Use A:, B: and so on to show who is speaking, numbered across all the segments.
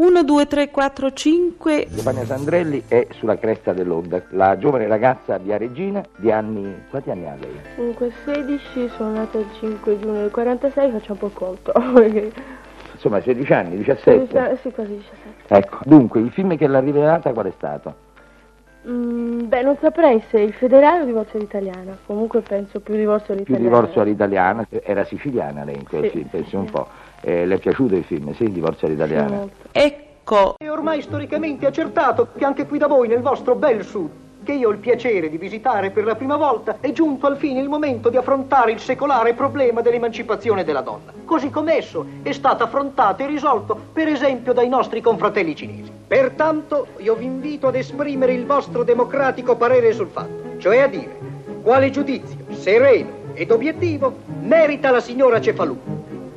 A: 1, 2, 3, 4, 5.
B: Giovanna Sandrelli è sulla cresta dell'onda, la giovane ragazza viareggina di anni... quanti anni ha lei?
C: Comunque 16, sono nata il 5 giugno del 46, faccio un po' il conto. perché-
B: Insomma, 16 anni, 17.
C: Sì, quasi 17.
B: Ecco, dunque, il film che l'ha rivelata qual è stato?
C: Mm, beh, non saprei se il federale o divorzio all'italiana. Comunque penso più
B: Più
C: divorzio all'italiana.
B: divorzio all'italiana, era siciliana lei in quel
C: Sì,
B: film, pensi
C: sì.
B: un po'. Eh, le è piaciuto il film, sì, il divorzio
C: Sì,
B: all'italiana?
C: molto.
A: Ecco,
D: È ormai storicamente accertato che anche qui da voi, nel vostro bel sud, che io ho il piacere di visitare per la prima volta, è giunto al fine il momento di affrontare il secolare problema dell'emancipazione della donna, così come esso è stato affrontato e risolto, per esempio, dai nostri confratelli cinesi. Pertanto, io vi invito ad esprimere il vostro democratico parere sul fatto, cioè a dire quale giudizio sereno ed obiettivo merita la signora Cefalù.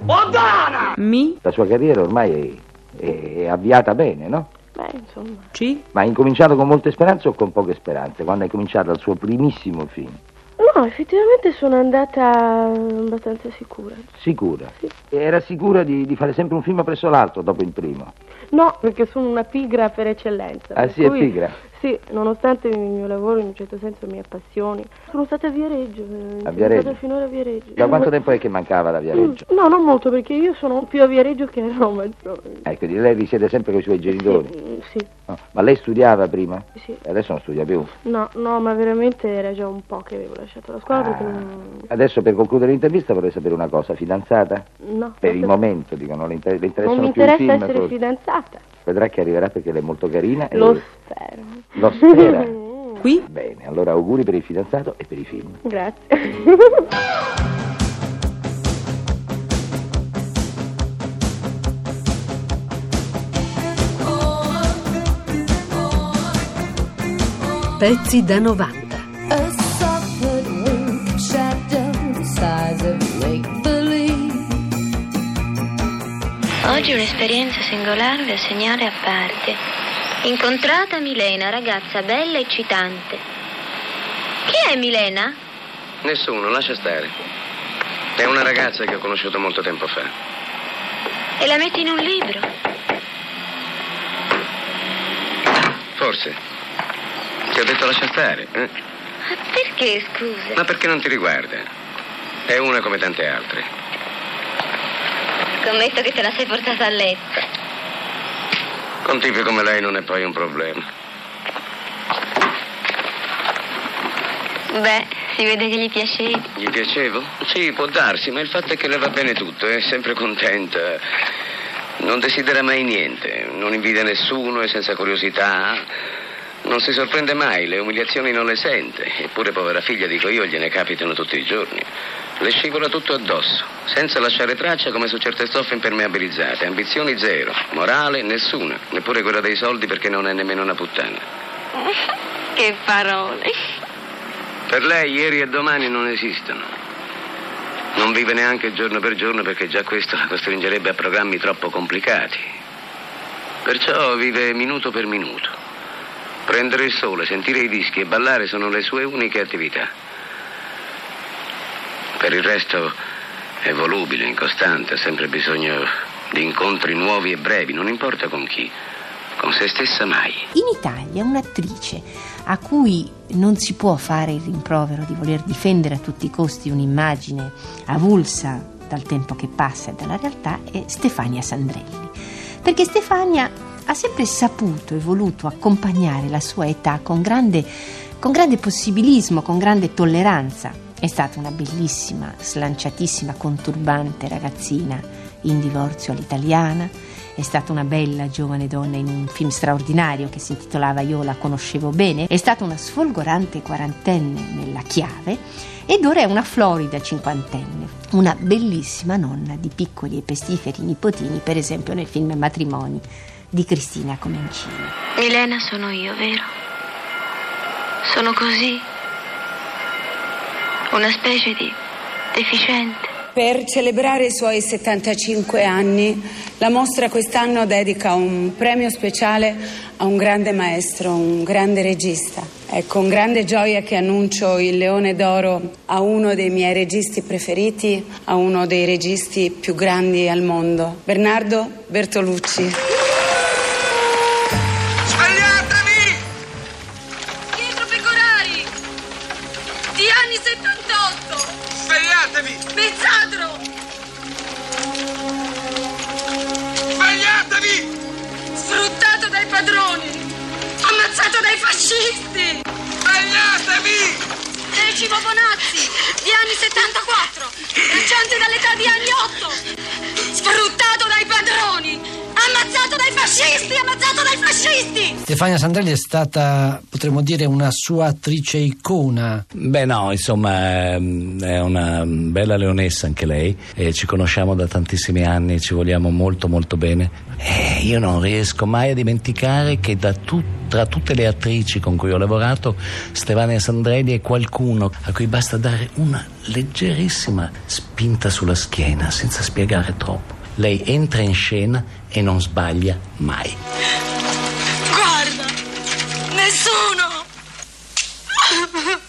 D: Odana!
A: mi,
B: La sua carriera ormai è- è- è avviata bene, no?
C: Beh, insomma,
A: ci,
B: Ma hai incominciato con molte speranze o con poche speranze? Quando hai cominciato il suo primissimo film?
C: No, effettivamente sono andata eh, abbastanza sicura.
B: Sicura? Era sicura di, di fare sempre un film presso l'altro dopo il primo?
C: No, perché sono una pigra per eccellenza.
B: Ah,
C: per
B: sì, è
C: cui-
B: pigra?
C: Sì, nonostante il mio lavoro in un certo senso mi appassioni. Sono stata a Viareggio. eh,
B: A Viareggio?
C: Sono stata finora a Viareggio.
B: Da quanto tempo è che mancava la Viareggio?
C: Mm, No, non molto, perché io sono più a Viareggio che a Roma, insomma.
B: Ecco, di lei risiede sempre con i suoi genitori.
C: Mm, Sì,
B: no? Ma lei studiava prima?
C: sì.
B: E Adesso non studia più.
C: No, no, ma veramente era già un po' che avevo lasciato la scuola perché non...
B: Ah. Adesso per concludere l'intervista vorrei sapere una cosa, fidanzata?
C: No.
B: Per il
C: non-
B: momento, dicono, non le, inter- le interessano
C: Non mi
B: più i
C: interessa
B: film.
C: essere
B: così.
C: fidanzata.
B: Vedrà che arriverà perché lei è molto carina e
C: Lo spero.
B: lo spera.
A: qui.
B: Bene, allora auguri per il fidanzato e per i film.
C: Grazie.
E: Pezzi da 90.
F: A soft wink shadow the size of make believe.
G: Oggi un'esperienza singolare da segnare a parte. Incontrata Milena, ragazza bella e eccitante. Chi è Milena?
H: Nessuno, lascia stare. È una ragazza che ho conosciuto molto tempo fa.
G: E la metti in un libro.
H: Forse. Ti ho detto lascia stare, eh?
G: Ma perché, scusa?
H: Ma perché non ti riguarda? È una come tante altre.
G: Scommetto che te la sei portata a letto.
H: Con tipi come lei non è poi un problema.
G: Beh, si vede che gli piacevi.
H: Gli piacevo? Sì, può darsi, ma il fatto è che le va bene tutto, è sempre contenta. Non desidera mai niente, non invidia nessuno, è senza curiosità. Non si sorprende mai, le umiliazioni non le sente. Eppure, povera figlia, dico io, gliene capitano tutti i giorni. Le scivola tutto addosso, senza lasciare traccia come su certe stoffe impermeabilizzate. Ambizioni zero, morale nessuna, neppure quella dei soldi perché non è nemmeno una puttana.
G: Che parole.
H: Per lei ieri e domani non esistono. Non vive neanche giorno per giorno perché già questo la costringerebbe a programmi troppo complicati. Perciò vive minuto per minuto. Prendere il sole, sentire i dischi e ballare sono le sue uniche attività. Per il resto è volubile, incostante, ha sempre bisogno di incontri nuovi e brevi, non importa con chi, con se stessa mai.
I: In Italia un'attrice a cui non si può fare il rimprovero di voler difendere a tutti i costi un'immagine avulsa dal tempo che passa e dalla realtà è Stefania Sandrelli. Perché Stefania ha sempre saputo e voluto accompagnare la sua età con grande, con grande possibilismo, con grande tolleranza. È stata una bellissima, slanciatissima, conturbante ragazzina in divorzio all'italiana, è stata una bella giovane donna in un film straordinario che si intitolava Io la conoscevo bene. È stata una sfolgorante quarantenne nella chiave ed ora è una florida cinquantenne, una bellissima nonna di piccoli e pestiferi nipotini, per esempio nel film Matrimoni di Cristina Comencini.
G: Milena sono io, vero? Sono così. Una specie di deficiente.
J: Per celebrare i suoi 75 anni, la mostra quest'anno dedica un premio speciale a un grande maestro, un grande regista. È con grande gioia che annuncio il Leone d'Oro a uno dei miei registi preferiti, a uno dei registi più grandi al mondo, Bernardo Bertolucci.
K: Pizzadro! Sbagliatevi! Sfruttato dai padroni! Ammazzato dai fascisti! Sbagliatevi!
G: Decimo Bonazzi, di anni 74, recente dall'età di anni 8, sfruttato dai padroni, ammazzato dai fascisti, ammazzato dai fascisti!
L: Stefania Sandrelli è stata, potremmo dire, una sua attrice icona.
H: Beh no, insomma ehm, è una bella leonessa anche lei, eh, ci conosciamo da tantissimi anni, ci vogliamo molto molto bene. Eh, io non riesco mai a dimenticare che da tutti tra tutte le attrici con cui ho lavorato, Stefania Sandrelli è qualcuno a cui basta dare una leggerissima spinta sulla schiena senza spiegare troppo. Lei entra in scena e non sbaglia mai.
K: Guarda! Nessuno!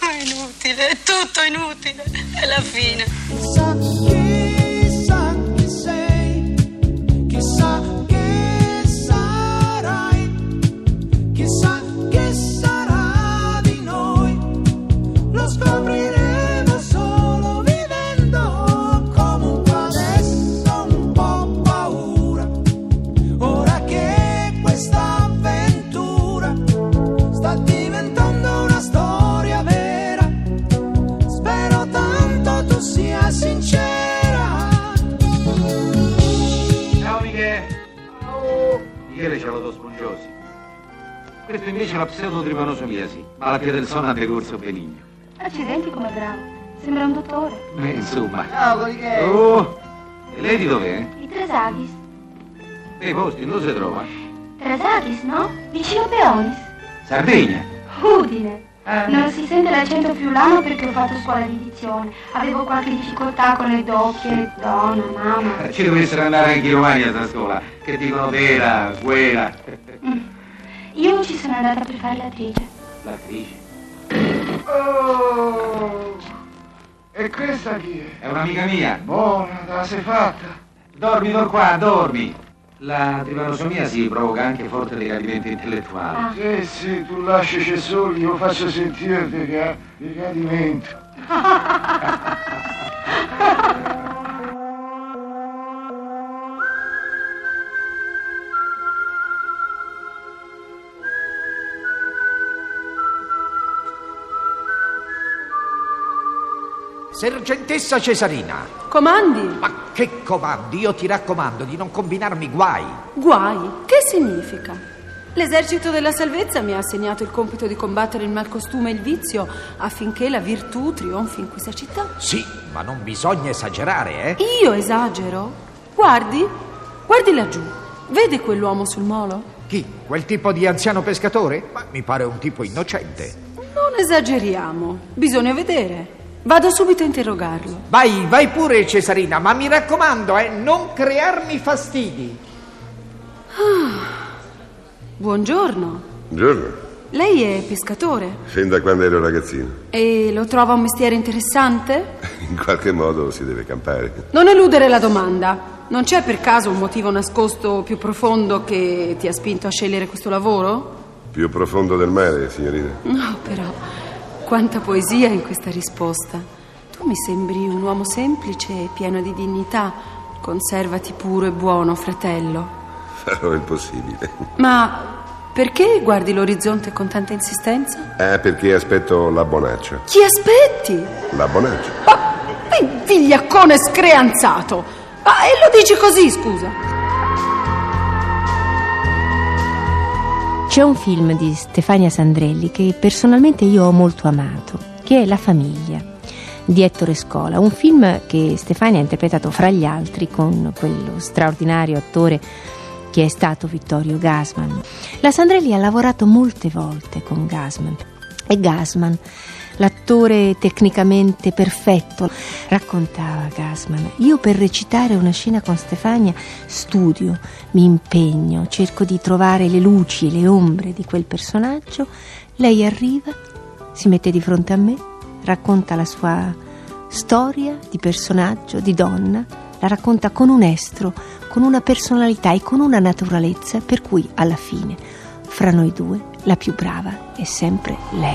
K: È inutile, è tutto inutile. È la fine.
M: Chissà chi sei, chissà che sarai, chissà che sarà di noi, lo scopriremo solo vivendo. Comunque adesso un po' paura, ora che questa avventura sta diventando una storia vera. Spero tanto tu sia sincera.
B: Ciao Michele! Michele c'ha l'odospongiosi. Questo invece è la pseudotripanosomiasi, malattia del sonno a decorso benigno.
N: Accidenti come è bravo. Sembra un dottore.
B: Beh, insomma.
N: Ciao, Michele.
B: Oh, e lei di dov'è?
N: I Trasagis.
B: Dei posti, dove si trova?
N: Trasagis, no? Vicino Peonis.
B: Sardegna.
N: Udine. Non si sente l'accento friulano perché ho fatto scuola di dizione. Avevo qualche difficoltà con le doppie, donna, mamma.
B: Eh, Ci dovessero andare anche i romani a sta scuola, che dicono tela, guera.
N: Io ci sono andata per fare l'attrice.
B: L'attrice
M: Oh, e questa chi è?
B: è un'amica mia.
M: Buona, te la sei fatta.
B: Dormi, dormi qua, dormi. La tripanosomiasi provoca anche forte decadimento intellettuale.
M: Sì, Ah. Eh sì, tu lasciaci soli, io faccio sentire il deca- decadimento.
D: Sergentessa Cesarina.
O: Comandi?
D: Ma che comandi? Io ti raccomando di non combinarmi guai.
O: Guai? Che significa? L'esercito della salvezza mi ha assegnato il compito di combattere il malcostume e il vizio affinché la virtù trionfi in questa città.
D: Sì, ma non bisogna esagerare, eh?
O: Io esagero? Guardi, guardi laggiù. Vede quell'uomo sul molo?
D: Chi? Quel tipo di anziano pescatore? Ma mi pare un tipo innocente.
O: Non esageriamo, bisogna vedere. Vado subito a interrogarlo.
D: Vai, vai pure, Cesarina, ma mi raccomando, eh, non crearmi fastidi.
O: Ah, buongiorno.
P: Buongiorno,
O: Lei è pescatore
P: fin da quando ero ragazzino.
O: e lo trova un mestiere interessante?
P: In qualche modo si deve campare.
O: Non eludere la domanda. Non c'è per caso un motivo nascosto più profondo che ti ha spinto a scegliere questo lavoro?
P: Più profondo del mare, signorina.
O: No, però. Quanta poesia in questa risposta. Tu mi sembri un uomo semplice e pieno di dignità. Conservati puro e buono, fratello.
P: Farò il possibile.
O: Ma perché guardi l'orizzonte con tanta insistenza?
P: Ah, perché aspetto la bonaccia.
O: Chi aspetti?
P: La bonaccia?
O: Pi- Vigliaccone screanzato! Ma e lo dici così, scusa?
I: C'è un film di Stefania Sandrelli che personalmente io ho molto amato, che è La famiglia di Ettore Scola, un film che Stefania ha interpretato fra gli altri con quello straordinario attore che è stato Vittorio Gasman. La Sandrelli ha lavorato molte volte con Gasman e Gasman, l'attore tecnicamente perfetto, raccontava Gasman, io per recitare una scena con Stefania studio, mi impegno, cerco di trovare le luci e le ombre di quel personaggio, lei arriva, si mette di fronte a me, racconta la sua storia di personaggio, di donna, la racconta con un estro, con una personalità e con una naturalezza per cui alla fine, fra noi due, la più brava è sempre lei.